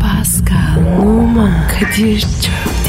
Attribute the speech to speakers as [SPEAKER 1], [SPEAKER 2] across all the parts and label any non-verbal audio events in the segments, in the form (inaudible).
[SPEAKER 1] Pascal, Oman, Kadir çok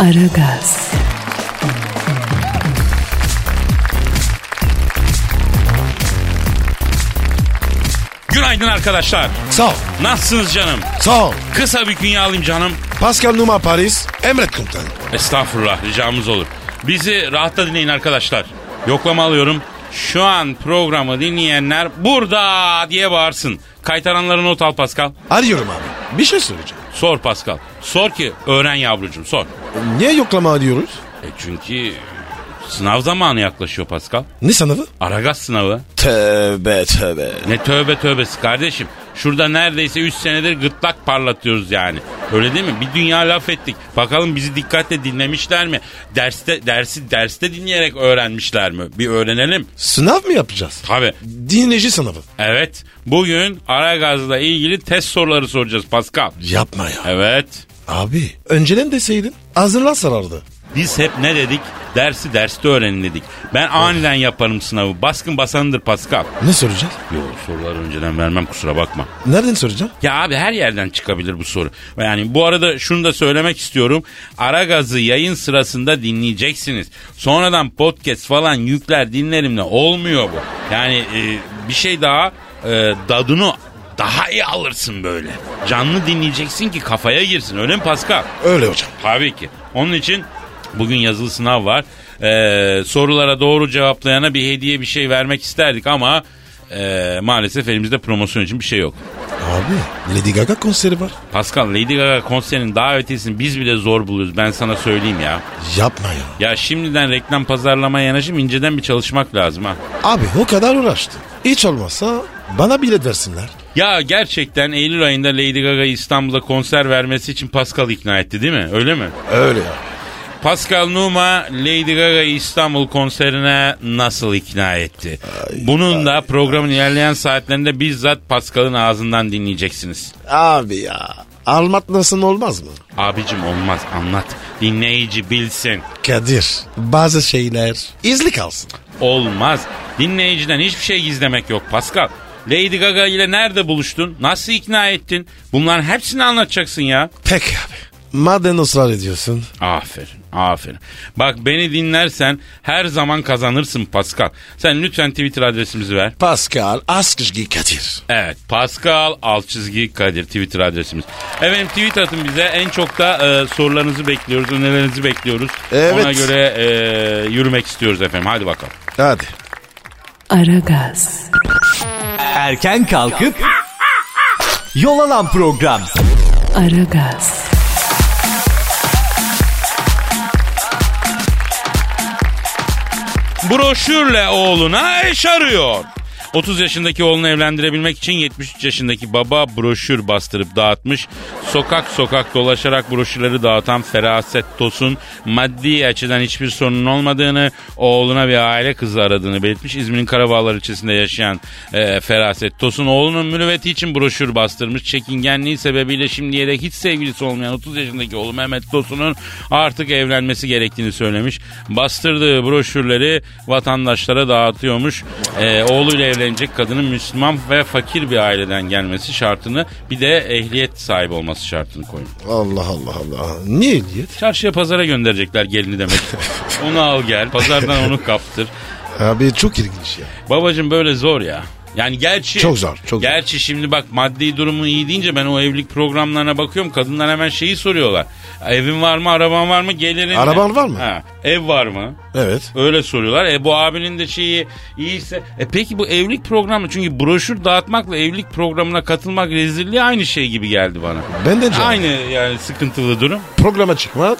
[SPEAKER 1] Aragaz,
[SPEAKER 2] Günaydın arkadaşlar.
[SPEAKER 3] Sağ ol.
[SPEAKER 2] Nasılsınız canım?
[SPEAKER 3] Sağ ol.
[SPEAKER 2] Kısa bir dünya alayım canım.
[SPEAKER 3] Pascal Numa Paris. Emret komutanım.
[SPEAKER 2] Estağfurullah ricamız olur. Bizi rahatta dinleyin arkadaşlar. Yoklama alıyorum. Şu an programı dinleyenler burada diye bağırsın. Kaytaranları not al Pascal.
[SPEAKER 3] Arıyorum abi. Bir şey soracağım.
[SPEAKER 2] Sor Pascal. Sor ki öğren yavrucuğum sor.
[SPEAKER 3] Niye yoklama arıyoruz?
[SPEAKER 2] E çünkü sınav zamanı yaklaşıyor Pascal.
[SPEAKER 3] Ne sınavı?
[SPEAKER 2] Aragaz sınavı.
[SPEAKER 3] Tövbe tövbe.
[SPEAKER 2] Ne tövbe tövbesi kardeşim. Şurada neredeyse 3 senedir gırtlak parlatıyoruz yani. Öyle değil mi? Bir dünya laf ettik. Bakalım bizi dikkatle dinlemişler mi? Derste dersi derste dinleyerek öğrenmişler mi? Bir öğrenelim.
[SPEAKER 3] Sınav mı yapacağız?
[SPEAKER 2] Tabii.
[SPEAKER 3] Dinleyici sınavı.
[SPEAKER 2] Evet. Bugün Aragaz'la ilgili test soruları soracağız Pascal.
[SPEAKER 3] Yapma ya.
[SPEAKER 2] Evet.
[SPEAKER 3] Abi önceden deseydin hazırlan sarardı.
[SPEAKER 2] Biz hep ne dedik? Dersi derste öğrenin dedik. Ben aniden yaparım sınavı. Baskın basandır Pascal.
[SPEAKER 3] Ne soracağız?
[SPEAKER 2] Yo soruları önceden vermem kusura bakma.
[SPEAKER 3] Nereden soracağım?
[SPEAKER 2] Ya abi her yerden çıkabilir bu soru. Yani bu arada şunu da söylemek istiyorum. Ara gazı yayın sırasında dinleyeceksiniz. Sonradan podcast falan yükler dinlerimle olmuyor bu. Yani e, bir şey daha e, dadını daha iyi alırsın böyle. Canlı dinleyeceksin ki kafaya girsin öyle mi Pascal?
[SPEAKER 3] Öyle hocam.
[SPEAKER 2] Tabii ki. Onun için bugün yazılı sınav var. Ee, sorulara doğru cevaplayana bir hediye bir şey vermek isterdik ama e, maalesef elimizde promosyon için bir şey yok.
[SPEAKER 3] Abi Lady Gaga konseri var.
[SPEAKER 2] Pascal Lady Gaga konserinin davetiyesini biz bile zor buluyoruz ben sana söyleyeyim ya.
[SPEAKER 3] Yapma ya.
[SPEAKER 2] Ya şimdiden reklam pazarlamaya yanaşıp inceden bir çalışmak lazım ha.
[SPEAKER 3] Abi o kadar uğraştı. Hiç olmazsa bana bilet versinler.
[SPEAKER 2] Ya gerçekten Eylül ayında Lady Gaga İstanbul'a konser vermesi için Pascal ikna etti değil mi? Öyle mi?
[SPEAKER 3] Öyle ya.
[SPEAKER 2] Pascal Numa Lady Gaga İstanbul konserine nasıl ikna etti? Bunun da programın ilerleyen saatlerinde bizzat Pascal'ın ağzından dinleyeceksiniz.
[SPEAKER 3] Abi ya. Almatlasın olmaz mı?
[SPEAKER 2] Abicim olmaz anlat. Dinleyici bilsin.
[SPEAKER 3] Kadir bazı şeyler izli kalsın.
[SPEAKER 2] Olmaz. Dinleyiciden hiçbir şey gizlemek yok Pascal. Lady Gaga ile nerede buluştun? Nasıl ikna ettin? Bunların hepsini anlatacaksın ya.
[SPEAKER 3] Peki abi. Madem ısrar ediyorsun.
[SPEAKER 2] Aferin, aferin. Bak beni dinlersen her zaman kazanırsın Pascal. Sen lütfen Twitter adresimizi ver.
[SPEAKER 3] Pascal Askışgi Kadir.
[SPEAKER 2] Evet Pascal alt çizgi Kadir Twitter adresimiz. Efendim tweet atın bize en çok da e, sorularınızı bekliyoruz önerilerinizi bekliyoruz.
[SPEAKER 3] Evet.
[SPEAKER 2] Ona göre e, yürümek istiyoruz efendim hadi bakalım.
[SPEAKER 3] Hadi.
[SPEAKER 1] Aragaz,
[SPEAKER 4] Erken kalkıp yol alan program.
[SPEAKER 1] Aragaz,
[SPEAKER 2] Broşürle oğluna eş arıyor. 30 yaşındaki oğlunu evlendirebilmek için 73 yaşındaki baba broşür bastırıp dağıtmış. Sokak sokak dolaşarak broşürleri dağıtan Feraset Tosun maddi açıdan hiçbir sorunun olmadığını, oğluna bir aile kızı aradığını belirtmiş. İzmir'in Karabağlar ilçesinde yaşayan e, Feraset Tosun oğlunun mürüvveti için broşür bastırmış. Çekingenliği sebebiyle şimdiye dek hiç sevgilisi olmayan 30 yaşındaki oğlu Mehmet Tosun'un artık evlenmesi gerektiğini söylemiş. Bastırdığı broşürleri vatandaşlara dağıtıyormuş. Ee, oğluyla evlenecek kadının Müslüman ve fakir bir aileden gelmesi şartını bir de ehliyet sahibi olması şartını koymuş.
[SPEAKER 3] Allah Allah Allah. Niye ehliyet?
[SPEAKER 2] Çarşıya pazara gönderecekler gelini demek. onu al gel pazardan onu kaptır.
[SPEAKER 3] Abi çok ilginç ya.
[SPEAKER 2] Babacım böyle zor ya. Yani gerçi
[SPEAKER 3] Çok zor, çok zor.
[SPEAKER 2] gerçi şimdi bak maddi durumu iyi deyince ben o evlilik programlarına bakıyorum. Kadınlar hemen şeyi soruyorlar. Evin var mı, araban var mı, gelirin ne?
[SPEAKER 3] Araban var mı?
[SPEAKER 2] Ha, ev var mı?
[SPEAKER 3] Evet.
[SPEAKER 2] Öyle soruyorlar. E bu abinin de şeyi iyiyse. E peki bu evlilik programı çünkü broşür dağıtmakla evlilik programına katılmak rezilliği aynı şey gibi geldi bana.
[SPEAKER 3] Ben de canım.
[SPEAKER 2] Aynı yani sıkıntılı durum.
[SPEAKER 3] Programa çıkmak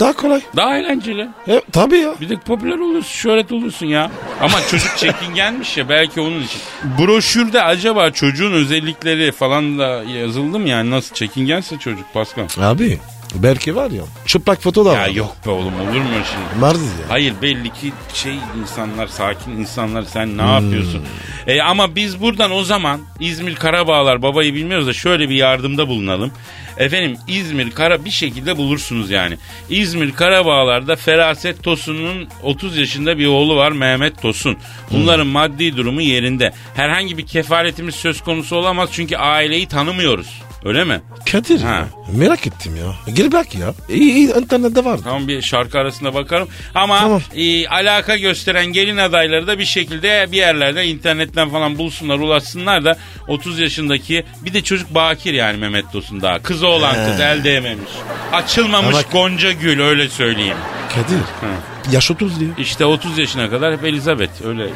[SPEAKER 3] Daha kolay.
[SPEAKER 2] Daha eğlenceli.
[SPEAKER 3] E, tabii ya.
[SPEAKER 2] Bir de popüler olursun, şöhret olursun ya. Ama çocuk çekingenmiş ya belki onun için. Broşürde acaba çocuğun özellikleri falan da yazıldı mı yani nasıl çekingense çocuk Pascal.
[SPEAKER 3] Abi belki var ya. Çıplak foto da var.
[SPEAKER 2] Ya yok be oğlum olur mu öyle şey? şimdi?
[SPEAKER 3] Marziz ya.
[SPEAKER 2] Hayır belli ki şey insanlar sakin insanlar sen ne yapıyorsun? E, ama biz buradan o zaman İzmir Karabağlar babayı bilmiyoruz da şöyle bir yardımda bulunalım. Efendim İzmir Kara bir şekilde bulursunuz yani. İzmir Karabağlar'da Feraset Tosun'un 30 yaşında bir oğlu var Mehmet Tosun. Bunların maddi durumu yerinde. Herhangi bir kefaletimiz söz konusu olamaz çünkü aileyi tanımıyoruz. Öyle mi?
[SPEAKER 3] Kadir
[SPEAKER 2] Ha.
[SPEAKER 3] ya, merak ettim ya. Gir bak ya. İyi, iyi internette var.
[SPEAKER 2] Tamam bir şarkı arasında bakarım. Ama
[SPEAKER 3] Tamam.
[SPEAKER 2] e, alaka gösteren gelin adayları da bir şekilde bir yerlerde internetten falan bulsunlar ulaşsınlar da 30 yaşındaki bir de çocuk bakir yani Mehmet Tosun daha. Kızı olan kız el değmemiş. Açılmamış
[SPEAKER 3] Ama-
[SPEAKER 2] Gonca Gül öyle söyleyeyim.
[SPEAKER 3] Kadir. Yaş 30 diyor.
[SPEAKER 2] İşte 30 yaşına kadar hep Elizabeth öyle.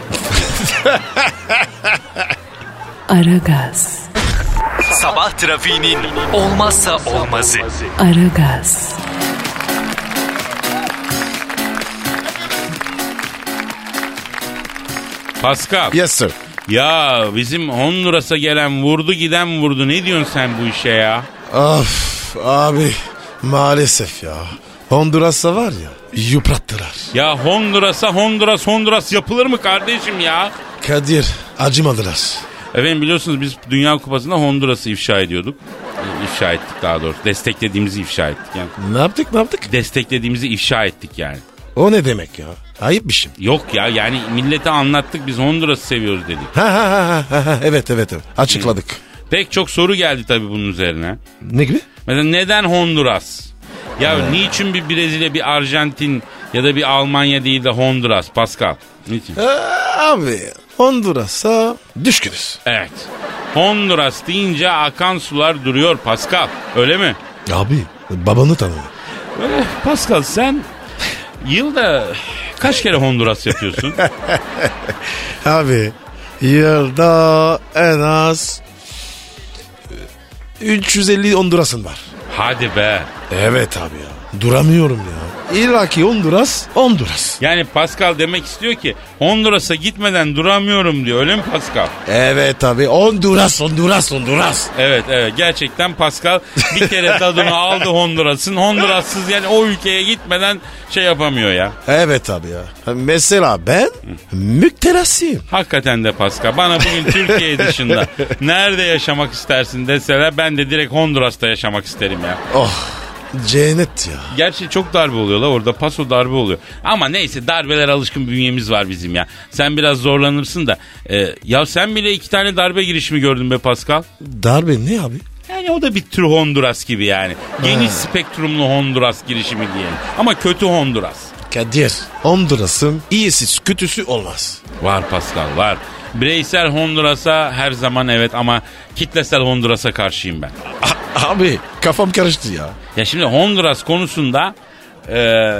[SPEAKER 1] Aragaz,
[SPEAKER 4] Sabah trafiğinin olmazsa olmazı.
[SPEAKER 1] Aragaz,
[SPEAKER 2] Pascal
[SPEAKER 3] Yes sir.
[SPEAKER 2] ya bizim Honduras'a gelen vurdu giden vurdu ne diyorsun sen bu işe ya?
[SPEAKER 3] Of abi maalesef ya. Honduras'ta var ya yıprattılar.
[SPEAKER 2] Ya Honduras'a Honduras Honduras yapılır mı kardeşim ya?
[SPEAKER 3] Kadir acımadılar.
[SPEAKER 2] Efendim biliyorsunuz biz Dünya Kupası'nda Honduras'ı ifşa ediyorduk. E, İfşa ettik daha doğrusu. Desteklediğimizi ifşa ettik yani.
[SPEAKER 3] Ne yaptık ne yaptık?
[SPEAKER 2] Desteklediğimizi ifşa ettik yani.
[SPEAKER 3] O ne demek ya? Ayıp bir şey.
[SPEAKER 2] Yok ya yani millete anlattık biz Honduras'ı seviyoruz dedik.
[SPEAKER 3] Ha ha ha ha ha evet evet evet açıkladık.
[SPEAKER 2] Pek çok soru geldi tabii bunun üzerine.
[SPEAKER 3] Ne gibi?
[SPEAKER 2] Mesela neden Honduras? Ya niçin bir Brezilya, bir Arjantin ya da bir Almanya değil de Honduras Pascal? Niçin?
[SPEAKER 3] Ee, abi Honduras'a düşkünüz.
[SPEAKER 2] Evet. Honduras deyince akan sular duruyor Pascal. Öyle mi?
[SPEAKER 3] Abi babanı tanıdım.
[SPEAKER 2] Eh, (laughs) Pascal sen yılda kaç kere Honduras yapıyorsun?
[SPEAKER 3] Abi yılda en az e, 350 Honduras'ın var.
[SPEAKER 2] Hadi be.
[SPEAKER 3] Evet abi ya. Duramıyorum ya. İlla ki Honduras, Honduras.
[SPEAKER 2] Yani Pascal demek istiyor ki Honduras'a gitmeden duramıyorum diyor. Öyle mi Pascal?
[SPEAKER 3] Evet abi Honduras, Honduras, Honduras.
[SPEAKER 2] Evet evet gerçekten Pascal bir kere tadını aldı Honduras'ın. Honduras'sız yani o ülkeye gitmeden şey yapamıyor ya.
[SPEAKER 3] Evet abi ya. Mesela ben mükterasıyım.
[SPEAKER 2] Hakikaten de Pascal. Bana bugün Türkiye dışında nerede yaşamak istersin deseler ben de direkt Honduras'ta yaşamak isterim ya.
[SPEAKER 3] Oh cennet ya.
[SPEAKER 2] Gerçi çok darbe oluyor la orada. Paso darbe oluyor. Ama neyse darbeler alışkın bünyemiz var bizim ya. Sen biraz zorlanırsın da. e, ya sen bile iki tane darbe girişimi gördün be Pascal.
[SPEAKER 3] Darbe ne abi?
[SPEAKER 2] Yani o da bir tür Honduras gibi yani. Geniş spektrumlu Honduras girişimi diyelim. Ama kötü Honduras.
[SPEAKER 3] Kadir. Honduras'ın iyisi kötüsü olmaz.
[SPEAKER 2] Var Pascal var. Bireysel Honduras'a her zaman evet ama kitlesel Honduras'a karşıyım ben.
[SPEAKER 3] abi kafam karıştı ya.
[SPEAKER 2] Ya şimdi Honduras konusunda e,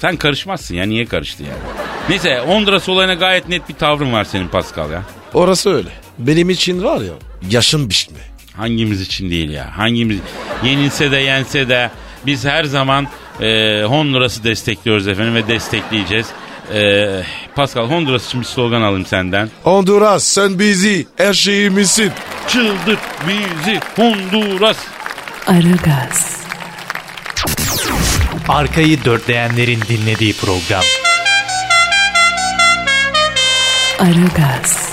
[SPEAKER 2] sen karışmazsın ya niye karıştı yani? Neyse Honduras olayına gayet net bir tavrın var senin Pascal ya.
[SPEAKER 3] Orası öyle. Benim için var ya yaşın biçme.
[SPEAKER 2] Hangimiz için değil ya hangimiz yenilse de yense de biz her zaman e, Honduras'ı destekliyoruz efendim ve destekleyeceğiz. E, Pascal Honduras için bir slogan alayım senden.
[SPEAKER 3] Honduras sen bizi her şeyimizsin.
[SPEAKER 2] Çıldırt bizi Honduras.
[SPEAKER 1] Aragaz,
[SPEAKER 4] Arkayı dörtleyenlerin dinlediği program.
[SPEAKER 1] Aragaz,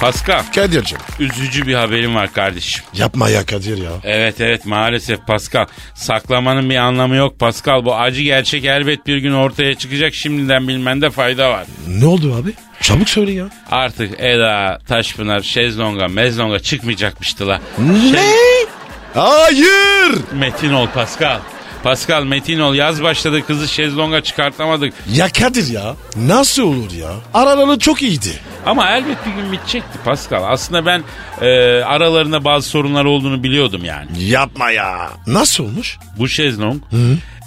[SPEAKER 2] Pascal
[SPEAKER 3] Kadir'cim
[SPEAKER 2] üzücü bir haberim var kardeşim.
[SPEAKER 3] yapma ya Kadir ya.
[SPEAKER 2] Evet evet maalesef Pascal. Saklamanın bir anlamı yok Pascal. Bu acı gerçek elbet bir gün ortaya çıkacak. Şimdiden bilmende fayda var.
[SPEAKER 3] Ne oldu abi? Çabuk söyle ya.
[SPEAKER 2] Artık Eda, Taşpınar, Şezlong'a, Mezlong'a çıkmayacakmıştı la. Şey-
[SPEAKER 3] Hayır.
[SPEAKER 2] Metin ol Pascal. Pascal Metin ol yaz başladı kızı Şezlong'a çıkartamadık.
[SPEAKER 3] Ya Kadir ya nasıl olur ya? Araları çok iyiydi.
[SPEAKER 2] Ama elbet bir gün bitecekti Pascal. Aslında ben e, aralarında bazı sorunlar olduğunu biliyordum yani.
[SPEAKER 3] Yapma ya. Nasıl olmuş?
[SPEAKER 2] Bu Şezlong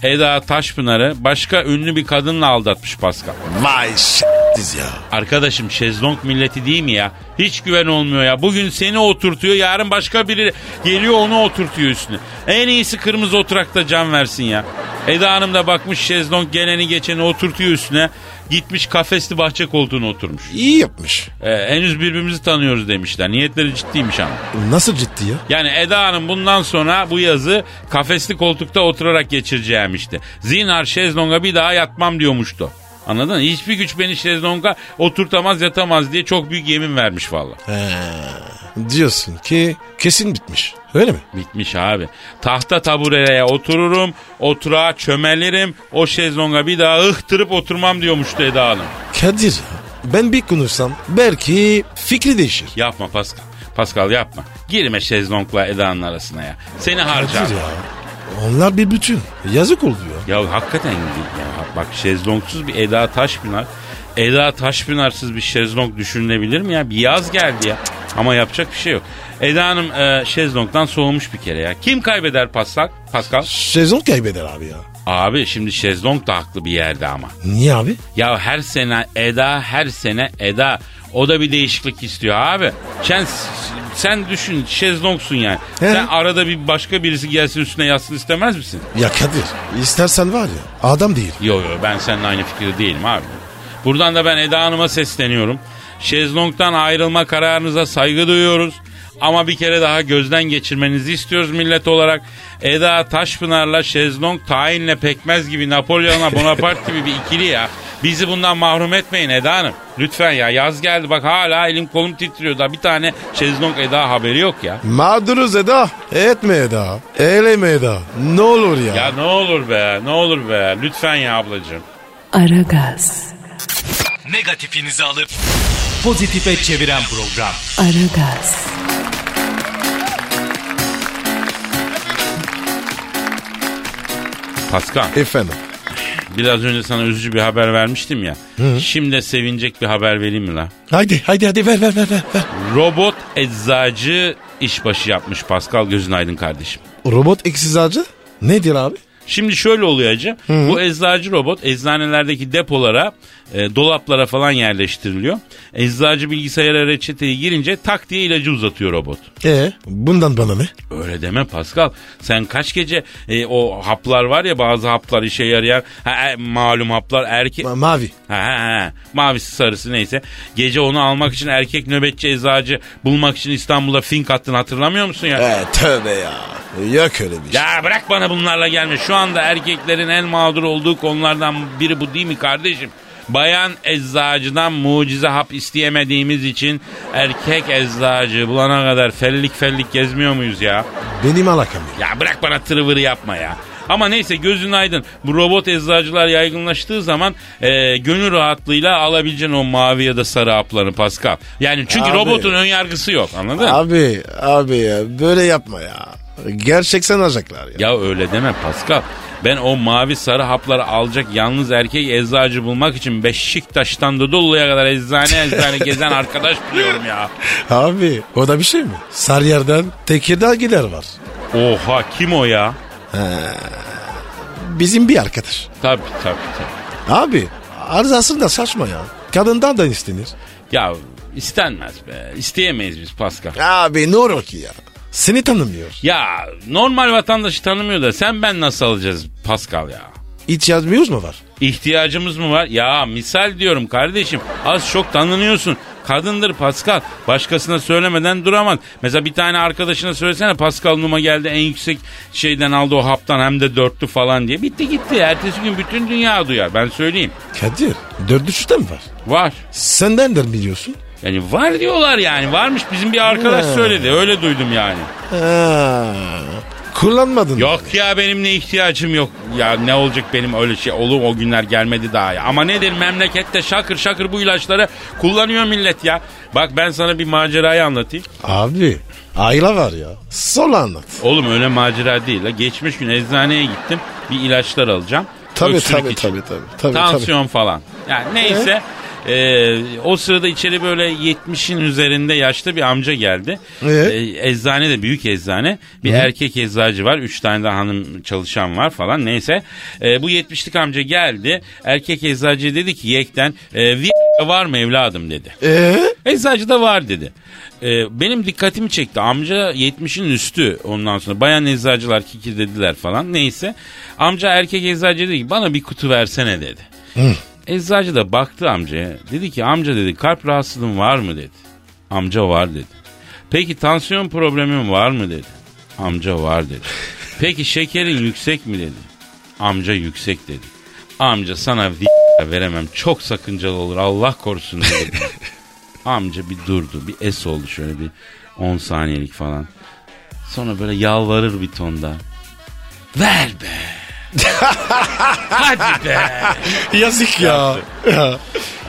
[SPEAKER 2] Eda Taşpınar'ı başka ünlü bir kadınla aldatmış Pascal.
[SPEAKER 3] Vay ş- s**tiz ya.
[SPEAKER 2] Arkadaşım şezlong milleti değil mi ya? Hiç güven olmuyor ya. Bugün seni oturtuyor yarın başka biri geliyor onu oturtuyor üstüne. En iyisi kırmızı oturakta can versin ya. Eda Hanım da bakmış şezlong geleni geçeni oturtuyor üstüne. Gitmiş kafesli bahçe koltuğuna oturmuş.
[SPEAKER 3] İyi yapmış.
[SPEAKER 2] Ee, henüz birbirimizi tanıyoruz demişler. Niyetleri ciddiymiş ama.
[SPEAKER 3] Nasıl ciddi ya?
[SPEAKER 2] Yani Eda Hanım bundan sonra bu yazı kafesli koltukta oturarak geçireceğim işte. Zinhar şezlonga bir daha yatmam diyormuştu. Anladın mı? Hiçbir güç beni şezlonga oturtamaz yatamaz diye çok büyük yemin vermiş valla.
[SPEAKER 3] Diyorsun ki kesin bitmiş. Öyle mi?
[SPEAKER 2] Bitmiş abi. Tahta tabureye otururum, oturağa çömelirim, o şezlonga bir daha ıhtırıp oturmam diyormuştu Eda Hanım.
[SPEAKER 3] Kadir ya, ben bir konuşsam belki fikri değişir.
[SPEAKER 2] Yapma Pascal. Pascal yapma. Girme şezlongla Eda'nın arasına ya. Seni harcar.
[SPEAKER 3] Kadir ya. Onlar bir bütün. Yazık oldu ya.
[SPEAKER 2] Ya hakikaten değil ya. Bak şezlongsuz bir Eda Taşpınar. Eda Taşpınar'sız bir şezlong düşünülebilir mi ya? Bir yaz geldi ya. Ama yapacak bir şey yok. Eda Hanım e, şezlongdan soğumuş bir kere ya. Kim kaybeder Pascal? Pascal?
[SPEAKER 3] Sezon kaybeder abi ya.
[SPEAKER 2] Abi şimdi şezlong da haklı bir yerde ama.
[SPEAKER 3] Niye abi?
[SPEAKER 2] Ya her sene Eda, her sene Eda. O da bir değişiklik istiyor abi. Sen, sen düşün şezlongsun yani.
[SPEAKER 3] He.
[SPEAKER 2] Sen arada bir başka birisi gelsin üstüne yatsın istemez misin?
[SPEAKER 3] Ya Kadir istersen var ya adam değil.
[SPEAKER 2] Yo yo ben seninle aynı fikirde değilim abi. Buradan da ben Eda Hanım'a sesleniyorum. Şezlong'dan ayrılma kararınıza saygı duyuyoruz. Ama bir kere daha gözden geçirmenizi istiyoruz millet olarak. Eda Taşpınar'la Şezlong tayinle pekmez gibi Napolyon'la Bonaparte gibi bir ikili ya. Bizi bundan mahrum etmeyin Eda Hanım. Lütfen ya yaz geldi bak hala elim kolum titriyor da bir tane Şezlong Eda haberi yok ya.
[SPEAKER 3] Mağduruz Eda. Etme Eda. Eyleme Eda. Ne olur ya.
[SPEAKER 2] Ya ne olur be ne olur be lütfen ya ablacığım.
[SPEAKER 1] Aragaz,
[SPEAKER 4] Negatifinizi alıp pozitife çeviren program.
[SPEAKER 1] Aragaz,
[SPEAKER 2] Paskal.
[SPEAKER 3] Efendim.
[SPEAKER 2] Biraz önce sana üzücü bir haber vermiştim ya. Şimdi de sevinecek bir haber vereyim mi lan?
[SPEAKER 3] Haydi haydi hadi ver ver ver ver. ver.
[SPEAKER 2] Robot eczacı işbaşı yapmış Pascal gözün aydın kardeşim.
[SPEAKER 3] Robot eksizacı nedir abi?
[SPEAKER 2] Şimdi şöyle oluyor hacı. Bu eczacı robot eczanelerdeki depolara, e, dolaplara falan yerleştiriliyor. Eczacı bilgisayara reçeteyi girince tak diye ilacı uzatıyor robot.
[SPEAKER 3] E bundan bana ne?
[SPEAKER 2] Öyle deme Pascal. Sen kaç gece e, o haplar var ya bazı haplar işe yarayan ha, e, malum haplar erkek
[SPEAKER 3] Ma- mavi.
[SPEAKER 2] Ha, ha, ha. Mavisi sarısı neyse. Gece onu almak için erkek nöbetçi eczacı bulmak için İstanbul'a fink attın hatırlamıyor musun ya?
[SPEAKER 3] E tövbe ya. Yok öyle bir şey.
[SPEAKER 2] Ya bırak bana bunlarla gelme. Şu anda erkeklerin en mağdur olduğu konulardan biri bu değil mi kardeşim? Bayan eczacıdan mucize hap isteyemediğimiz için erkek eczacı bulana kadar fellik fellik gezmiyor muyuz ya?
[SPEAKER 3] Benim alakam yok.
[SPEAKER 2] Ya bırak bana tırıvırı yapma ya. Ama neyse gözün aydın. Bu robot eczacılar yaygınlaştığı zaman e, gönül rahatlığıyla alabileceğin o mavi ya da sarı haplarını Pascal. Yani çünkü
[SPEAKER 3] Abi.
[SPEAKER 2] robotun ön yargısı yok anladın mı?
[SPEAKER 3] Abi abi ya böyle yapma ya. Gerçekten alacaklar ya.
[SPEAKER 2] Ya öyle deme Pascal. Ben o mavi sarı hapları alacak yalnız erkek eczacı bulmak için Beşiktaş'tan Dudullu'ya
[SPEAKER 3] (laughs)
[SPEAKER 2] kadar eczane eczane gezen arkadaş biliyorum ya.
[SPEAKER 3] Abi o da bir şey mi? Sarıyer'den Tekirdağ gider var.
[SPEAKER 2] Oha kim o ya?
[SPEAKER 3] Bizim bir arkadaş.
[SPEAKER 2] Tabii tabii tabii.
[SPEAKER 3] Abi arızasını da saçma ya. Kadından da istenir.
[SPEAKER 2] Ya istenmez be. İsteyemeyiz biz Pascal.
[SPEAKER 3] Abi ne olur ki ya. Seni tanımıyor.
[SPEAKER 2] Ya normal vatandaşı tanımıyor da sen ben nasıl alacağız Pascal ya?
[SPEAKER 3] Hiç yazmıyoruz mu var?
[SPEAKER 2] İhtiyacımız mı var? Ya misal diyorum kardeşim az çok tanınıyorsun. Kadındır Pascal. Başkasına söylemeden duramaz. Mesela bir tane arkadaşına söylesene Pascal Numa geldi en yüksek şeyden aldı o haptan hem de dörtlü falan diye. Bitti gitti. Ertesi gün bütün dünya duyar ben söyleyeyim.
[SPEAKER 3] Kadir dördü şurada mı var?
[SPEAKER 2] Var.
[SPEAKER 3] Senden de biliyorsun.
[SPEAKER 2] Yani var diyorlar yani varmış bizim bir arkadaş
[SPEAKER 3] Hmm.
[SPEAKER 2] söyledi öyle duydum yani.
[SPEAKER 3] Ha, Ee, kullanmadın.
[SPEAKER 2] Yok ya benim ne ihtiyacım yok. Ya ne olacak benim öyle şey olur o günler gelmedi daha ya. Ama nedir memlekette şakır şakır bu ilaçları kullanıyor millet ya. Bak ben sana bir macerayı anlatayım.
[SPEAKER 3] Abi aile var ya. Sol anlat.
[SPEAKER 2] Oğlum öyle macera değil la. Geçmiş gün eczaneye gittim. Bir ilaçlar alacağım.
[SPEAKER 3] Tabii
[SPEAKER 2] Öksürük
[SPEAKER 3] tabii,
[SPEAKER 2] için.
[SPEAKER 3] tabii tabii tabii. tabii.
[SPEAKER 2] Tansiyon falan. Yani neyse Ee, o sırada içeri böyle 70'in üzerinde yaşlı bir amca geldi.
[SPEAKER 3] Ee?
[SPEAKER 2] Ee, eczane de büyük eczane. Bir
[SPEAKER 3] Hı.
[SPEAKER 2] erkek eczacı var. Üç tane de hanım çalışan var falan. Neyse. Ee, bu 70'lik amca geldi. Erkek eczacı dedi ki yekten e, "Vi- var mı evladım dedi.
[SPEAKER 3] Eee?
[SPEAKER 2] Eczacı da var dedi. Ee, benim dikkatimi çekti. Amca 70'in üstü ondan sonra. Bayan eczacılar kikir dediler falan. Neyse. Amca erkek eczacı dedi ki bana bir kutu versene dedi. Eczacı da baktı amcaya. Dedi ki amca dedi kalp rahatsızlığın var mı dedi. Amca var dedi. Peki tansiyon problemin var mı dedi. Amca var dedi. Peki şekerin yüksek mi dedi. Amca yüksek dedi. Amca sana vi- (laughs) veremem çok sakıncalı olur Allah korusun dedi. Amca bir durdu. Bir es oldu şöyle bir 10 saniyelik falan. Sonra böyle yalvarır bir tonda. Ver be. Hadi be.
[SPEAKER 3] Yazık ya. ya.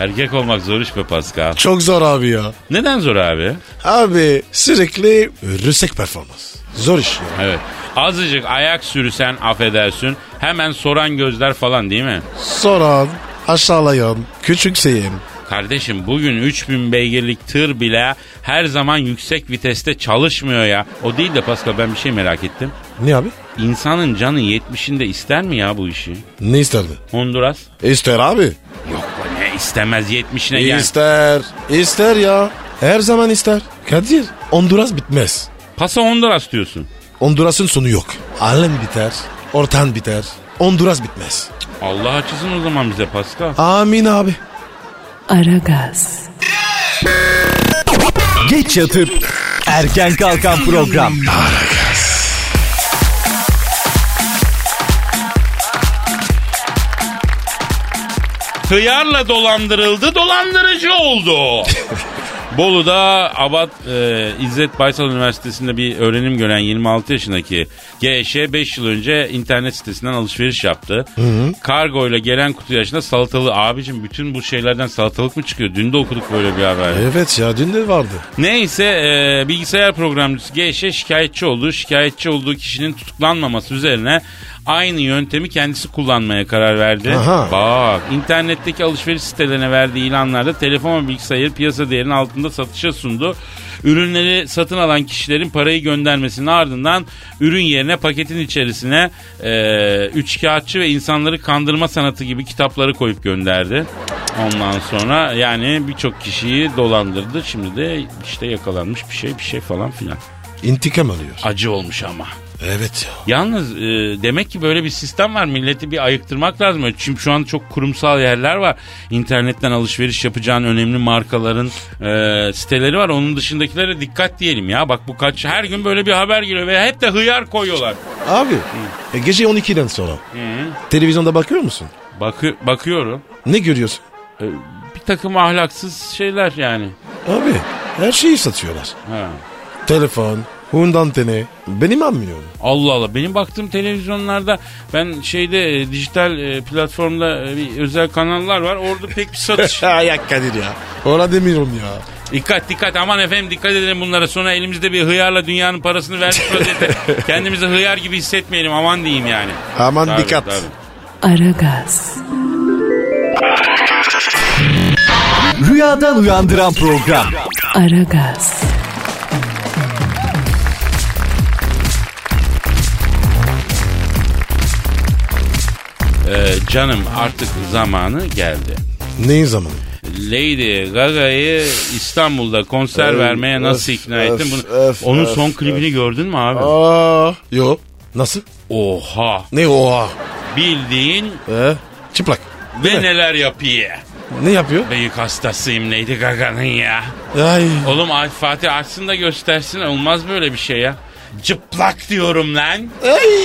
[SPEAKER 2] Erkek olmak zor iş be Pascal.
[SPEAKER 3] Çok zor abi ya.
[SPEAKER 2] Neden zor abi?
[SPEAKER 3] Abi sürekli rüsek performans. Zor iş ya.
[SPEAKER 2] Evet. Azıcık ayak sürüsen affedersin. Hemen soran gözler falan değil mi?
[SPEAKER 3] Soran, aşağılayan, küçümseyen.
[SPEAKER 2] Kardeşim bugün 3000 beygirlik tır bile her zaman yüksek viteste çalışmıyor ya. O değil de Pascal ben bir şey merak ettim.
[SPEAKER 3] Ne abi?
[SPEAKER 2] İnsanın canı 70'inde ister mi ya bu işi?
[SPEAKER 3] Ne ister mi?
[SPEAKER 2] Honduras.
[SPEAKER 3] İster abi.
[SPEAKER 2] Yok be ne istemez 70'ine gel.
[SPEAKER 3] İster. İster ya. Her zaman ister. Kadir. Honduras bitmez.
[SPEAKER 2] Pasa Honduras diyorsun.
[SPEAKER 3] Honduras'ın sonu yok. Alem biter. Ortan biter. Honduras bitmez.
[SPEAKER 2] Allah açısın o zaman bize Pascal.
[SPEAKER 3] Amin abi.
[SPEAKER 1] Aragaz,
[SPEAKER 4] Geç yatıp erken kalkan program.
[SPEAKER 2] Hıyarla dolandırıldı, dolandırıcı
[SPEAKER 3] (laughs)
[SPEAKER 2] oldu. Bolu'da Abad e, İzzet Baysal Üniversitesi'nde bir öğrenim gören 26 yaşındaki GŞ 5 yıl önce internet sitesinden alışveriş yaptı. Kargoyla gelen kutu yaşında salatalı. Abicim bütün bu şeylerden salatalık mı çıkıyor? Dün de okuduk böyle bir haber.
[SPEAKER 3] Evet ya dün de vardı.
[SPEAKER 2] Neyse e, bilgisayar programcısı GŞ şikayetçi oldu. Şikayetçi olduğu kişinin tutuklanmaması üzerine aynı yöntemi kendisi kullanmaya karar verdi.
[SPEAKER 3] Aha.
[SPEAKER 2] Bak internetteki alışveriş sitelerine verdiği ilanlarda telefon ve bilgisayarı piyasa değerinin altında satışa sundu. Ürünleri satın alan kişilerin parayı göndermesinin ardından ürün yerine paketin içerisine e, üçkağıtçı ve insanları kandırma sanatı gibi kitapları koyup gönderdi. Ondan sonra yani birçok kişiyi dolandırdı. Şimdi de işte yakalanmış bir şey bir şey falan filan.
[SPEAKER 3] İntikam alıyor.
[SPEAKER 2] Acı olmuş ama.
[SPEAKER 3] Evet ya.
[SPEAKER 2] Yalnız e, demek ki böyle bir sistem var. Milleti bir ayıktırmak lazım. Çünkü şu an çok kurumsal yerler var. İnternetten alışveriş yapacağın önemli markaların e, siteleri var. Onun dışındakilere dikkat diyelim ya. Bak bu kaç her gün böyle bir haber geliyor ve hep de hıyar koyuyorlar.
[SPEAKER 3] Abi e, gece 12'den sonra televizyonda bakıyor musun?
[SPEAKER 2] Bakı bakıyorum.
[SPEAKER 3] Ne görüyorsun?
[SPEAKER 2] E, bir takım ahlaksız şeyler yani.
[SPEAKER 3] Abi her şeyi satıyorlar.
[SPEAKER 2] Ha.
[SPEAKER 3] Telefon, hundantene. Benim (laughs) anmıyorum.
[SPEAKER 2] Allah Allah. Benim baktığım televizyonlarda ben şeyde e, dijital e, platformda e, bir özel kanallar var. Orada pek
[SPEAKER 3] (laughs)
[SPEAKER 2] bir satış.
[SPEAKER 3] ya Kadir ya. Ona demiyorum ya.
[SPEAKER 2] dikkat dikkat aman efendim dikkat edelim bunlara. Sonra elimizde bir hıyarla dünyanın parasını vermiş
[SPEAKER 3] (laughs)
[SPEAKER 2] vaziyette kendimizi hıyar gibi hissetmeyelim aman diyeyim yani.
[SPEAKER 3] Aman
[SPEAKER 2] Tabii,
[SPEAKER 3] dikkat.
[SPEAKER 2] tabii.
[SPEAKER 1] Aragaz,
[SPEAKER 4] Rüyadan uyandıran program.
[SPEAKER 1] Aragaz,
[SPEAKER 2] Ee, canım artık zamanı geldi.
[SPEAKER 3] Neyin zamanı?
[SPEAKER 2] Lady Gaga'yı İstanbul'da konser
[SPEAKER 3] Öf,
[SPEAKER 2] vermeye nasıl
[SPEAKER 3] öf,
[SPEAKER 2] ikna ettin? Bunu,
[SPEAKER 3] öf,
[SPEAKER 2] onun
[SPEAKER 3] öf,
[SPEAKER 2] son
[SPEAKER 3] öf.
[SPEAKER 2] klibini gördün mü abi?
[SPEAKER 3] Aa, yo. Nasıl?
[SPEAKER 2] Oha!
[SPEAKER 3] Ne oha?
[SPEAKER 2] Bildiğin
[SPEAKER 3] Ee, çıplak.
[SPEAKER 2] ve neler yapıyor.
[SPEAKER 3] Ne yapıyor?
[SPEAKER 2] Büyük hastasıyım Lady Gaga'nın ya.
[SPEAKER 3] Ay.
[SPEAKER 2] Oğlum Ay Fatih açsın da göstersin. Olmaz böyle bir şey ya. Cıplak diyorum lan.
[SPEAKER 3] Ay.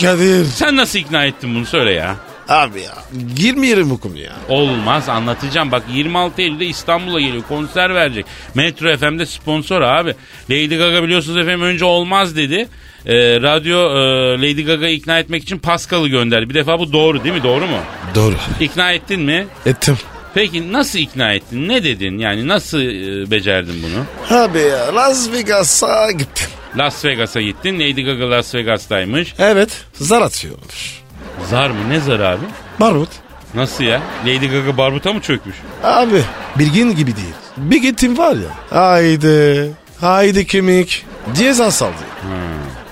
[SPEAKER 3] Kadir.
[SPEAKER 2] Sen nasıl ikna ettin bunu söyle ya.
[SPEAKER 3] Abi ya. Girmeyelim bu konuya ya.
[SPEAKER 2] Olmaz anlatacağım. Bak 26 Eylül'de İstanbul'a geliyor. Konser verecek. Metro FM'de sponsor abi. Lady Gaga biliyorsunuz efendim önce olmaz dedi. Ee, radyo e, Lady Gaga'yı ikna etmek için Pascal'ı gönderdi. Bir defa bu doğru değil mi? Doğru mu?
[SPEAKER 3] Doğru.
[SPEAKER 2] İkna ettin mi?
[SPEAKER 3] Ettim.
[SPEAKER 2] Peki nasıl ikna ettin? Ne dedin? Yani nasıl e, becerdin bunu?
[SPEAKER 3] Abi ya Las Vegas'a gittim.
[SPEAKER 2] Las Vegas'a gittin. Lady Gaga Las Vegas'taymış.
[SPEAKER 3] şey Evet. Zar atıyormuş.
[SPEAKER 2] Zar mı? Ne zar abi?
[SPEAKER 3] Barut.
[SPEAKER 2] Nasıl ya? Lady Gaga barbuta mı çökmüş?
[SPEAKER 3] Abi bilgin gibi değil. Bir gittim var ya. Haydi. Haydi kemik. Diye zan saldı.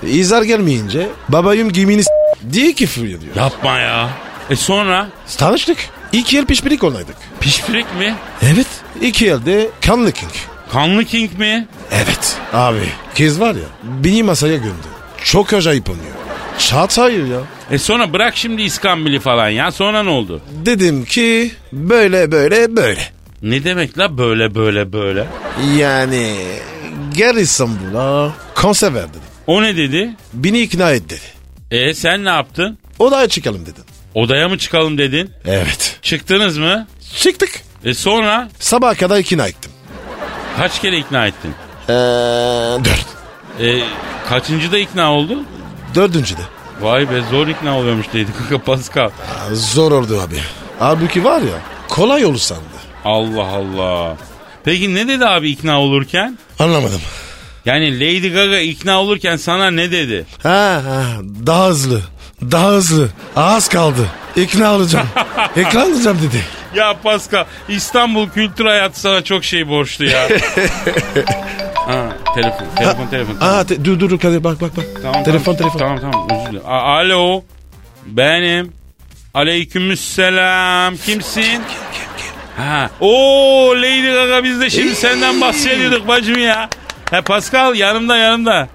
[SPEAKER 3] İzar gelmeyince babayım gemini s- diye küfür ediyor.
[SPEAKER 2] Yapma ya. E sonra?
[SPEAKER 3] Tanıştık. İki el pişpirik olaydık.
[SPEAKER 2] Pişpirik mi?
[SPEAKER 3] Evet. İki elde kanlı king.
[SPEAKER 2] Kanlı King mi?
[SPEAKER 3] Evet. Abi kız var ya beni masaya gömdü. Çok acayip oynuyor. Çağatay ya.
[SPEAKER 2] E sonra bırak şimdi İskambili falan ya. Sonra ne oldu?
[SPEAKER 3] Dedim ki böyle böyle böyle.
[SPEAKER 2] Ne demek la böyle böyle böyle?
[SPEAKER 3] Yani gel İstanbul'a konser ver dedim.
[SPEAKER 2] O ne dedi?
[SPEAKER 3] Beni ikna et dedi.
[SPEAKER 2] E sen ne yaptın?
[SPEAKER 3] Odaya çıkalım dedim.
[SPEAKER 2] Odaya mı çıkalım dedin?
[SPEAKER 3] Evet.
[SPEAKER 2] Çıktınız mı?
[SPEAKER 3] Çıktık.
[SPEAKER 2] E sonra
[SPEAKER 3] Sabaha kadar ikna ettim.
[SPEAKER 2] kaç kere ikna ettin?
[SPEAKER 3] Ee, dört.
[SPEAKER 2] E, kaçıncı da ikna oldu?
[SPEAKER 3] Dördüncü de.
[SPEAKER 2] Vay be zor ikna oluyormuş dedi Kaka (laughs) Pascal.
[SPEAKER 3] Aa, Zor oldu abi. Halbuki var ya kolay olur sandı.
[SPEAKER 2] Allah Allah. Peki ne dedi abi ikna olurken?
[SPEAKER 3] Anlamadım.
[SPEAKER 2] Yani Lady Gaga ikna olurken sana ne dedi?
[SPEAKER 3] Ha, ha, daha hızlı. Daha hızlı. Az kaldı. İkna (laughs) olacağım. İkna olacağım dedi.
[SPEAKER 2] (laughs) Ya Pascal İstanbul kültür hayatı sana çok şey borçlu ya. ha, telefon, telefon, telefon.
[SPEAKER 3] Aa, te- dur dur dur Kadir bak bak bak.
[SPEAKER 2] Tamam,
[SPEAKER 3] telefon
[SPEAKER 2] tamam,
[SPEAKER 3] telefon.
[SPEAKER 2] Tamam tamam özür dilerim. A- Alo benim. Aleykümselam. Kimsin? Ha. Oo Lady Gaga biz de şimdi senden bahsediyorduk bacım ya. He Pascal yanımda yanımda.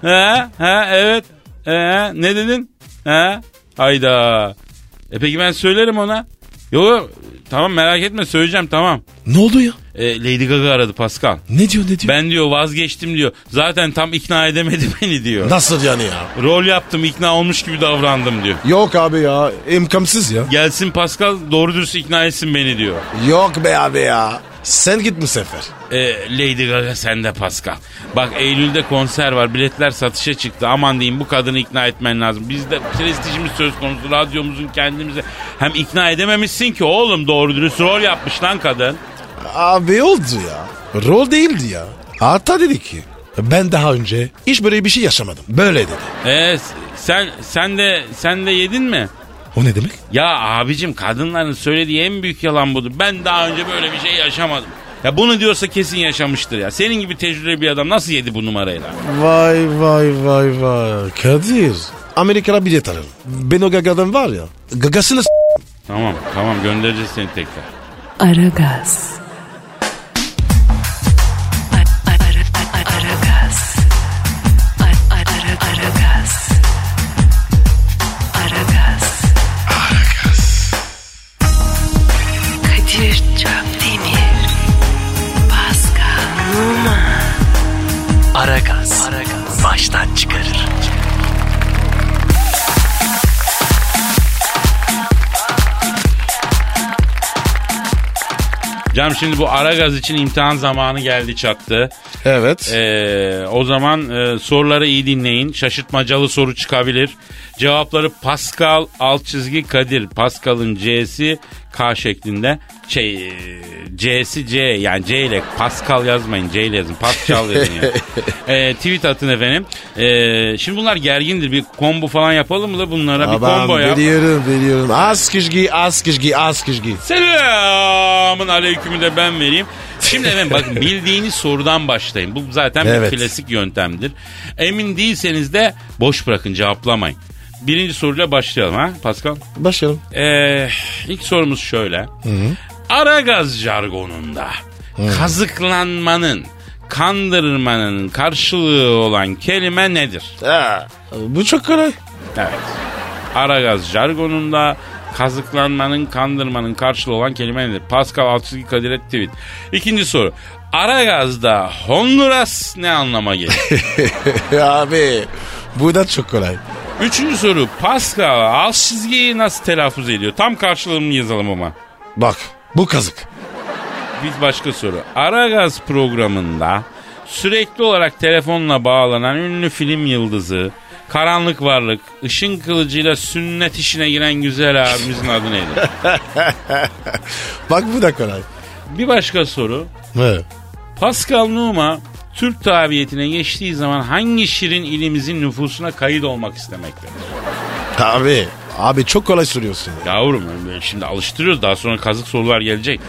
[SPEAKER 2] He he evet. He, ne dedin? He. Hayda. E peki ben söylerim ona. Yok tamam merak etme söyleyeceğim tamam.
[SPEAKER 3] Ne oldu ya?
[SPEAKER 2] E, Lady Gaga aradı Pascal.
[SPEAKER 3] Ne diyor ne diyor?
[SPEAKER 2] Ben diyor vazgeçtim diyor. Zaten tam ikna edemedi (laughs) beni diyor.
[SPEAKER 3] Nasıl yani ya?
[SPEAKER 2] Rol yaptım ikna olmuş gibi davrandım diyor.
[SPEAKER 3] Yok abi ya imkansız ya.
[SPEAKER 2] Gelsin Pascal doğru dürüst ikna etsin beni diyor.
[SPEAKER 3] Yok be abi ya. Sen git bu sefer.
[SPEAKER 2] Ee, Lady Gaga sende Pascal. Bak Eylül'de konser var biletler satışa çıktı. Aman diyeyim bu kadını ikna etmen lazım. Biz de prestijimiz söz konusu radyomuzun kendimize. Hem ikna edememişsin ki oğlum doğru dürüst rol yapmış lan kadın.
[SPEAKER 3] Abi oldu ya. Rol değildi ya. Hatta dedi ki ben daha önce hiç böyle bir şey yaşamadım. Böyle dedi.
[SPEAKER 2] Ee, sen sen de sen de yedin mi?
[SPEAKER 3] O ne demek?
[SPEAKER 2] Ya abicim kadınların söylediği en büyük yalan budur. Ben daha önce böyle bir şey yaşamadım. Ya bunu diyorsa kesin yaşamıştır ya. Senin gibi tecrübeli bir adam nasıl yedi bu numarayla?
[SPEAKER 3] Vay vay vay vay. Kadir. Amerika'da bilet alın. Ben o gagadan var ya. Gagasını s-
[SPEAKER 2] Tamam tamam göndereceğiz seni tekrar.
[SPEAKER 1] Aragaz. Aragaz. Aragaz. Aragaz. Kadir Çöptemir. Pascal Numa.
[SPEAKER 5] Aragaz. Baştan çıkarır.
[SPEAKER 2] Cam şimdi bu ara gaz için imtihan zamanı geldi çattı.
[SPEAKER 3] Evet.
[SPEAKER 2] Ee, o zaman e, soruları iyi dinleyin. Şaşırtmacalı soru çıkabilir. Cevapları Pascal alt çizgi Kadir. Pascal'ın C'si K şeklinde. Şey, e, C'si C yani C ile Pascal yazmayın. C ile yazın. Pascal yazın yani. Ee, tweet atın efendim. Ee, şimdi bunlar gergindir. Bir combo falan yapalım mı da bunlara? bir
[SPEAKER 3] Babam
[SPEAKER 2] combo yap.
[SPEAKER 3] veriyorum veriyorum. Az kişgi az kişgi az kişgi.
[SPEAKER 2] Selamın aleykümü de ben vereyim. Şimdi efendim bakın bildiğiniz sorudan başlayın. Bu zaten
[SPEAKER 3] Evet.
[SPEAKER 2] bir klasik yöntemdir. Emin değilseniz de boş bırakın cevaplamayın. Birinci soruyla başlayalım ha Pascal.
[SPEAKER 3] Başlayalım.
[SPEAKER 2] Ee, ilk sorumuz şöyle. Ara gaz jargonunda kazıklanmanın, kandırmanın karşılığı olan kelime nedir?
[SPEAKER 3] Ha, bu çok kolay.
[SPEAKER 2] Evet. Aragaz jargonunda kazıklanmanın, kandırmanın karşılığı olan kelime nedir? Pascal Altçızgi Kadir'e tweet. İkinci soru. Aragaz'da Honduras ne anlama gelir?
[SPEAKER 3] (laughs) Abi bu da çok kolay.
[SPEAKER 2] Üçüncü soru. Pascal Altçızgi'yi nasıl telaffuz ediyor? Tam karşılığını yazalım ama.
[SPEAKER 3] Bak bu kazık.
[SPEAKER 2] Bir başka soru. Aragaz programında sürekli olarak telefonla bağlanan ünlü film yıldızı, karanlık varlık, ışın kılıcıyla sünnet işine giren güzel abimizin adı nedir?
[SPEAKER 3] Bak bu da kolay.
[SPEAKER 2] Bir başka soru.
[SPEAKER 3] Evet.
[SPEAKER 2] Pascal Numa Türk tabiyetine geçtiği zaman hangi şirin ilimizin nüfusuna kayıt olmak istemektedir?
[SPEAKER 3] Abi Abi çok kolay soruyorsun. ya.
[SPEAKER 2] Yavrum şimdi alıştırıyoruz daha sonra kazık sorular gelecek.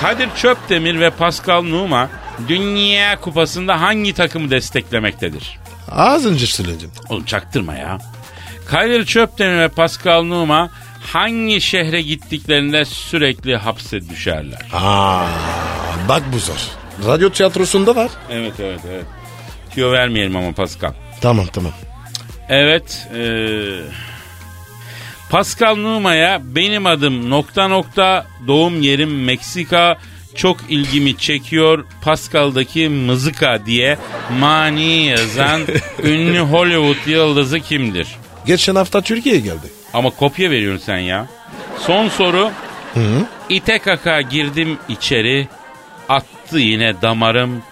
[SPEAKER 2] Kadir Çöpdemir ve Pascal Numa Dünya Kupası'nda hangi takımı desteklemektedir?
[SPEAKER 3] Az önce söyledim.
[SPEAKER 2] Oğlum çaktırma ya. Kadir Çöpdemir ve Pascal Numa hangi şehre gittiklerinde sürekli hapse düşerler?
[SPEAKER 3] Aa, bak bu zor. Radyo tiyatrosunda var.
[SPEAKER 2] Evet evet evet. Tüyo vermeyelim ama Pascal.
[SPEAKER 3] Tamam tamam.
[SPEAKER 2] Evet. eee, Pascal Numa'ya benim adım nokta nokta doğum yerim Meksika çok ilgimi çekiyor Pascal'daki mızıka diye mani yazan ünlü Hollywood yıldızı kimdir?
[SPEAKER 3] Geçen hafta Türkiye'ye geldi.
[SPEAKER 2] Ama kopya veriyorsun sen ya. Son soru. İte kaka girdim içeri. Attı yine damarım.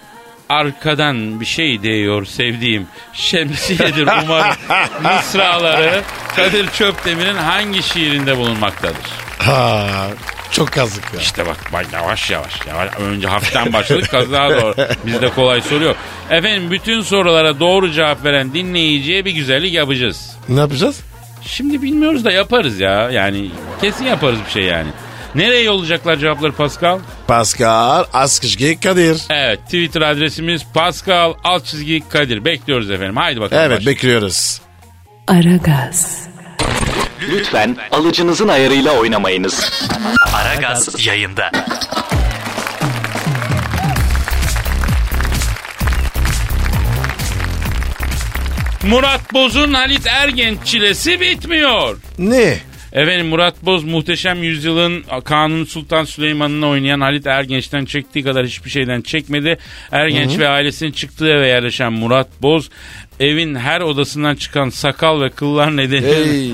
[SPEAKER 2] Arkadan bir şey değiyor sevdiğim. Şemsiyedir umarım. Mısraları Kadir Çöpdemir'in hangi şiirinde bulunmaktadır?
[SPEAKER 3] Ha, çok kazık ya.
[SPEAKER 2] İşte bak, bak yavaş yavaş yavaş. Önce hafiften başladık kazığa doğru. Bizde kolay soru yok. Efendim bütün sorulara doğru cevap veren dinleyiciye bir güzellik yapacağız.
[SPEAKER 3] Ne yapacağız?
[SPEAKER 2] Şimdi bilmiyoruz da yaparız ya. Yani kesin yaparız bir şey yani. Nereye yollayacaklar cevapları Pascal?
[SPEAKER 3] Pascal Askışge Kadir.
[SPEAKER 2] Evet Twitter adresimiz Pascal alt çizgi Kadir. Bekliyoruz efendim. Haydi bakalım.
[SPEAKER 3] Evet
[SPEAKER 2] başla.
[SPEAKER 3] bekliyoruz.
[SPEAKER 1] Aragaz,
[SPEAKER 5] Lütfen alıcınızın ayarıyla oynamayınız. Aragaz yayında.
[SPEAKER 2] Murat Boz'un Halit Ergen çilesi bitmiyor.
[SPEAKER 3] Ne?
[SPEAKER 2] Efendim Murat Boz muhteşem yüzyılın Kanuni Sultan Süleyman'ını oynayan Halit Ergenç'ten çektiği kadar hiçbir şeyden çekmedi. Ergenç ve ailesinin çıktığı eve yerleşen Murat Boz evin her odasından çıkan sakal ve kıllar nedeniyle
[SPEAKER 3] Hey.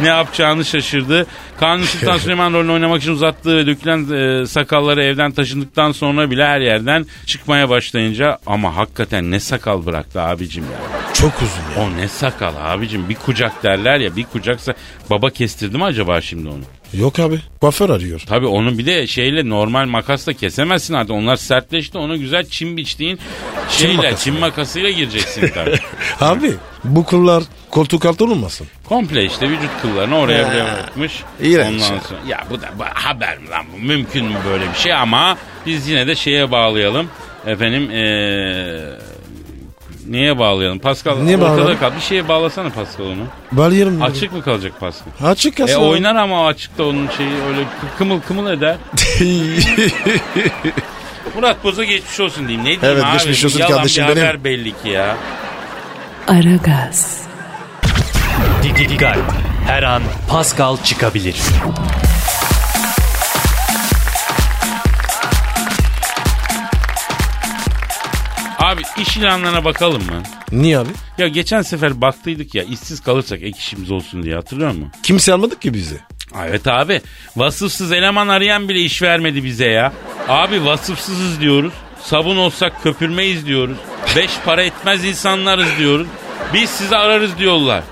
[SPEAKER 2] ne yapacağını şaşırdı. Kanuni Sultan Süleyman rolünü oynamak için uzattığı ve dökülen e, sakalları evden taşındıktan sonra bile her yerden çıkmaya başlayınca ama hakikaten ne sakal bıraktı abicim ya.
[SPEAKER 3] Çok uzun ya.
[SPEAKER 2] O ne sakal abicim bir kucak derler ya bir kucaksa baba kestirdi mi acaba şimdi onu?
[SPEAKER 3] Yok abi. Kuaför arıyor.
[SPEAKER 2] Tabii onu bir de şeyle normal makasla kesemezsin artık. Onlar sertleşti. Onu güzel çim biçtiğin şeyle çim,
[SPEAKER 3] makası.
[SPEAKER 2] makasıyla gireceksin tabii.
[SPEAKER 3] Abi bu kurlar koltuk altı olmasın.
[SPEAKER 2] Komple işte vücut kıllarını oraya bile bırakmış.
[SPEAKER 3] iğrenç
[SPEAKER 2] Ondan
[SPEAKER 3] ya.
[SPEAKER 2] sonra ya bu da bu haber mi lan bu mümkün mü böyle bir şey ama biz yine de şeye bağlayalım. Efendim eee Neye bağlayalım? Pascal
[SPEAKER 3] Niye
[SPEAKER 2] ortada
[SPEAKER 3] bağlayalım?
[SPEAKER 2] kal. Bir şeye bağlasana Pascal onu.
[SPEAKER 3] Balyarım.
[SPEAKER 2] Açık mı kalacak Pascal?
[SPEAKER 3] Açık
[SPEAKER 2] E
[SPEAKER 3] kasa.
[SPEAKER 2] oynar ama o açıkta onun şeyi öyle kı- kımıl
[SPEAKER 3] (laughs)
[SPEAKER 2] kımıl eder. Murat Boz'a geçmiş olsun diyeyim. Ne diyeyim
[SPEAKER 3] Evet,
[SPEAKER 2] abi?
[SPEAKER 3] geçmiş olsun
[SPEAKER 2] Bir yalan
[SPEAKER 3] kardeşim
[SPEAKER 2] bir
[SPEAKER 3] benim.
[SPEAKER 2] haber belli ki ya.
[SPEAKER 1] Aragaz,
[SPEAKER 4] Didi Digal.
[SPEAKER 5] Her an Pascal çıkabilir.
[SPEAKER 2] Abi iş ilanlarına bakalım mı?
[SPEAKER 3] Niye abi?
[SPEAKER 2] Ya geçen sefer baktıydık ya işsiz kalırsak ek işimiz olsun diye hatırlıyor musun?
[SPEAKER 3] Kimse almadık ki bizi.
[SPEAKER 2] Evet abi vasıfsız eleman arayan bile iş vermedi bize ya. Abi vasıfsızız diyoruz. Sabun olsak köpürmeyiz diyoruz. Beş para etmez insanlarız diyoruz. Biz sizi ararız diyorlar.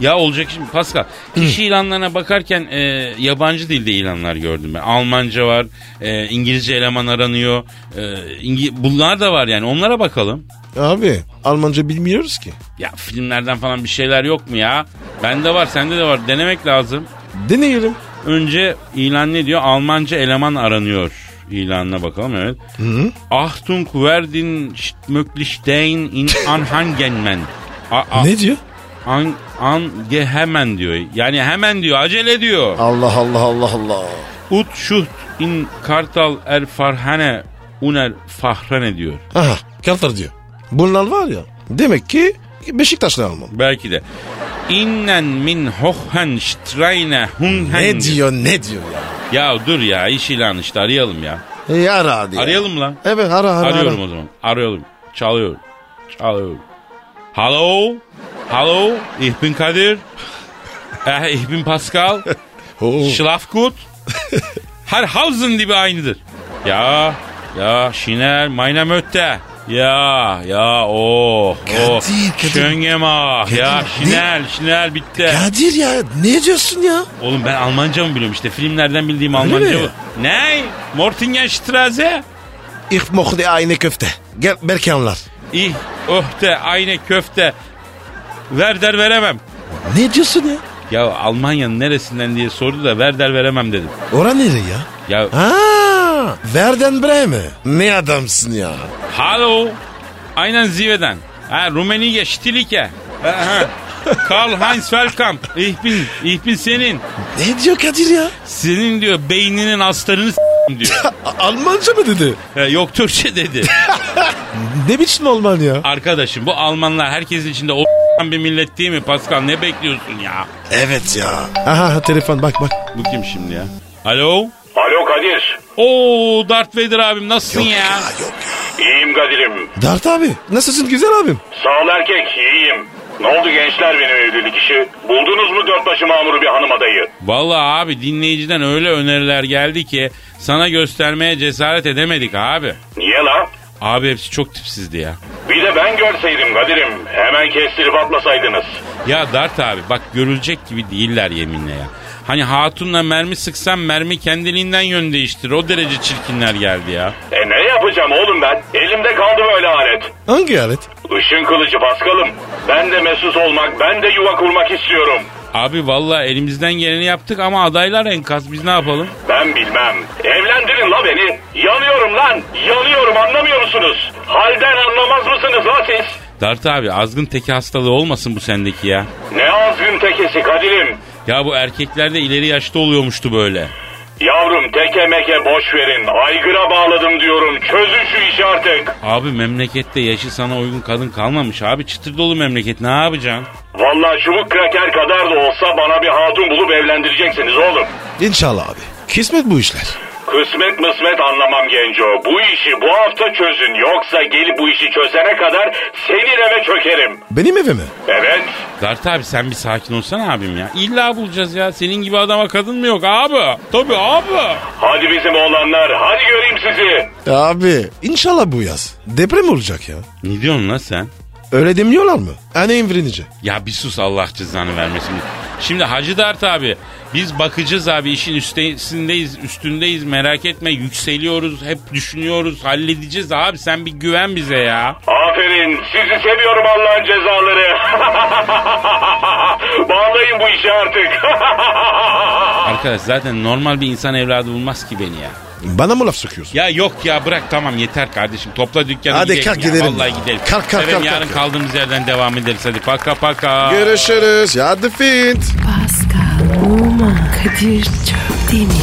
[SPEAKER 2] Ya olacak şimdi Pascal. İş ilanlarına bakarken e, yabancı dilde ilanlar gördüm ben. Almanca var, e, İngilizce eleman aranıyor. E, İngi- bunlar da var yani onlara bakalım.
[SPEAKER 3] Abi Almanca bilmiyoruz ki.
[SPEAKER 2] Ya filmlerden falan bir şeyler yok mu ya? Bende var, sende de var. Denemek lazım.
[SPEAKER 3] Deneyelim.
[SPEAKER 2] Önce ilan ne diyor? Almanca eleman aranıyor. İlanına bakalım evet. Achtung werden möglichstein in Anhangenmen. A- a-
[SPEAKER 3] Ne diyor?
[SPEAKER 2] An, ange hemen diyor. Yani hemen diyor. Acele diyor.
[SPEAKER 3] Allah Allah Allah Allah.
[SPEAKER 2] Ut şuht in kartal er farhane unel fahrane diyor.
[SPEAKER 3] Aha Kantar diyor. Bunlar var ya. Demek ki Beşiktaşlı Alman.
[SPEAKER 2] Belki de. İnnen min hohenstreine hunhen.
[SPEAKER 3] Ne diyor ne diyor ya.
[SPEAKER 2] Ya dur ya iş ilanı işte arayalım ya.
[SPEAKER 3] E, ara hadi. ya.
[SPEAKER 2] Arayalım lan.
[SPEAKER 3] Evet ara ara.
[SPEAKER 2] Arıyorum
[SPEAKER 3] ara.
[SPEAKER 2] o zaman. Arıyorum. Çalıyorum. Çalıyorum. Hello. Hello. Ich
[SPEAKER 3] (laughs)
[SPEAKER 2] bin Kadir. Eh, ich bin Pascal.
[SPEAKER 3] Oo.
[SPEAKER 2] Schlaf
[SPEAKER 3] (laughs)
[SPEAKER 2] gut. Her Hausen gibi aynıdır. Ya. Ya Şiner. Meine Mötte. Ya ya oh oh
[SPEAKER 3] Kadir, Kadir.
[SPEAKER 2] Schöngemach ya
[SPEAKER 3] Kadir, ne?
[SPEAKER 2] Şinel Şinel bitti.
[SPEAKER 3] Kadir ya ne diyorsun ya?
[SPEAKER 2] Oğlum ben Almanca mı biliyorum işte filmlerden bildiğim
[SPEAKER 3] Öyle
[SPEAKER 2] Almanca
[SPEAKER 3] mi?
[SPEAKER 2] bu. Ne? Mortingenstraße?
[SPEAKER 3] Ich mochte aynı köfte. Gel belki anlar.
[SPEAKER 2] İh, öhte, aynı köfte. Ver der veremem.
[SPEAKER 3] Ne diyorsun ya?
[SPEAKER 2] Ya Almanya'nın neresinden diye sordu da Werder veremem dedim.
[SPEAKER 3] Oran nere ya?
[SPEAKER 2] Ya
[SPEAKER 3] Ha, Verden Bremen. Ne adamsın ya.
[SPEAKER 2] Hallo. Aynen Zive'den. Ha, Rumeniye, Ştilike. Aha. Karl Heinz Welkamp. Ich bin, ich bin senin.
[SPEAKER 3] Ne diyor Kadir ya?
[SPEAKER 2] Senin diyor beyninin astarını s- diyor.
[SPEAKER 3] A- Almanca mı dedi?
[SPEAKER 2] Ya, yok Türkçe dedi.
[SPEAKER 3] Ne biçim Alman ya?
[SPEAKER 2] Arkadaşım bu Almanlar herkesin içinde o bir millet değil mi Pascal? Ne bekliyorsun ya?
[SPEAKER 3] Evet ya. Aha telefon bak bak.
[SPEAKER 2] Bu kim şimdi ya? Alo?
[SPEAKER 6] Alo Kadir.
[SPEAKER 2] Oo Darth Vader abim nasılsın ya?
[SPEAKER 6] İyiyim Kadir'im.
[SPEAKER 3] Dert abi nasılsın güzel abim?
[SPEAKER 6] Sağ ol erkek iyiyim. Ne oldu gençler benim evlilik işi? Buldunuz mu dört başı mamuru bir hanım adayı?
[SPEAKER 2] Vallahi abi dinleyiciden öyle öneriler geldi ki sana göstermeye cesaret edemedik abi.
[SPEAKER 6] Niye la?
[SPEAKER 2] Abi hepsi çok tipsizdi ya.
[SPEAKER 6] Bir de ben görseydim Kadir'im. Hemen kestirip atlasaydınız.
[SPEAKER 2] Ya Dart abi bak görülecek gibi değiller yeminle ya. Hani hatunla mermi sıksan mermi kendiliğinden yön değiştirir. O derece çirkinler geldi ya.
[SPEAKER 6] E ne yapacağım oğlum ben? Elimde kaldı böyle alet.
[SPEAKER 3] Hangi alet?
[SPEAKER 6] Işın kılıcı Paskal'ım. Ben de mesut olmak, ben de yuva kurmak istiyorum.
[SPEAKER 2] Abi vallahi elimizden geleni yaptık ama adaylar enkaz biz ne yapalım?
[SPEAKER 6] Ben bilmem. Evlendirin la beni. Yanıyorum lan. Yanıyorum anlamıyor musunuz? Halden anlamaz mısınız la siz?
[SPEAKER 2] Dart abi azgın teki hastalığı olmasın bu sendeki ya.
[SPEAKER 6] Ne azgın tekesi Kadir'im.
[SPEAKER 2] Ya bu erkeklerde ileri yaşta oluyormuştu böyle.
[SPEAKER 6] Yavrum teke meke boş verin. Aygıra bağladım diyorum. Çözün şu işi artık.
[SPEAKER 2] Abi memlekette yaşı sana uygun kadın kalmamış abi. Çıtır dolu memleket ne yapacaksın?
[SPEAKER 6] Vallahi çubuk kraker kadar da olsa bana bir hatun bulup evlendireceksiniz oğlum.
[SPEAKER 3] İnşallah abi. Kismet bu işler.
[SPEAKER 6] Kısmet mısmet anlamam genco. Bu işi bu hafta çözün. Yoksa gelip bu işi çözene kadar senin eve çökerim.
[SPEAKER 3] Benim eve mi?
[SPEAKER 6] Evet.
[SPEAKER 2] Dart abi sen bir sakin olsana abim ya. İlla bulacağız ya. Senin gibi adama kadın mı yok abi? Tabii abi.
[SPEAKER 6] Hadi bizim oğlanlar. Hadi göreyim sizi.
[SPEAKER 3] Abi inşallah bu yaz. Deprem olacak ya.
[SPEAKER 2] Ne diyorsun lan sen?
[SPEAKER 3] Öyle demiyorlar mı? Anne imrenici.
[SPEAKER 2] Ya bir sus Allah cezanı vermesin. Şimdi Hacı Dert abi biz bakacağız abi işin üstesindeyiz üstündeyiz merak etme yükseliyoruz hep düşünüyoruz halledeceğiz abi sen bir güven bize ya.
[SPEAKER 6] Aferin. Sizi seviyorum Allah'ın cezaları. (laughs) Bağlayın bu işi artık. (laughs)
[SPEAKER 2] Arkadaş zaten normal bir insan evladı bulmaz ki beni ya.
[SPEAKER 3] Bana mı laf sokuyorsun?
[SPEAKER 2] Ya yok ya bırak tamam yeter kardeşim topla dükkanı
[SPEAKER 3] Hadi
[SPEAKER 2] gidelim
[SPEAKER 3] kalk
[SPEAKER 2] ya.
[SPEAKER 3] gidelim
[SPEAKER 2] Vallahi
[SPEAKER 3] ya.
[SPEAKER 2] gidelim.
[SPEAKER 3] Kalk, kalk,
[SPEAKER 2] Efendim,
[SPEAKER 3] kalk,
[SPEAKER 2] yarın
[SPEAKER 3] kalk.
[SPEAKER 2] kaldığımız yerden devam ederiz hadi paka paka.
[SPEAKER 3] Görüşürüz. Hadi fit.
[SPEAKER 1] Pascal, Oman, Kadir çok değil mi?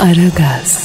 [SPEAKER 1] Aragaz.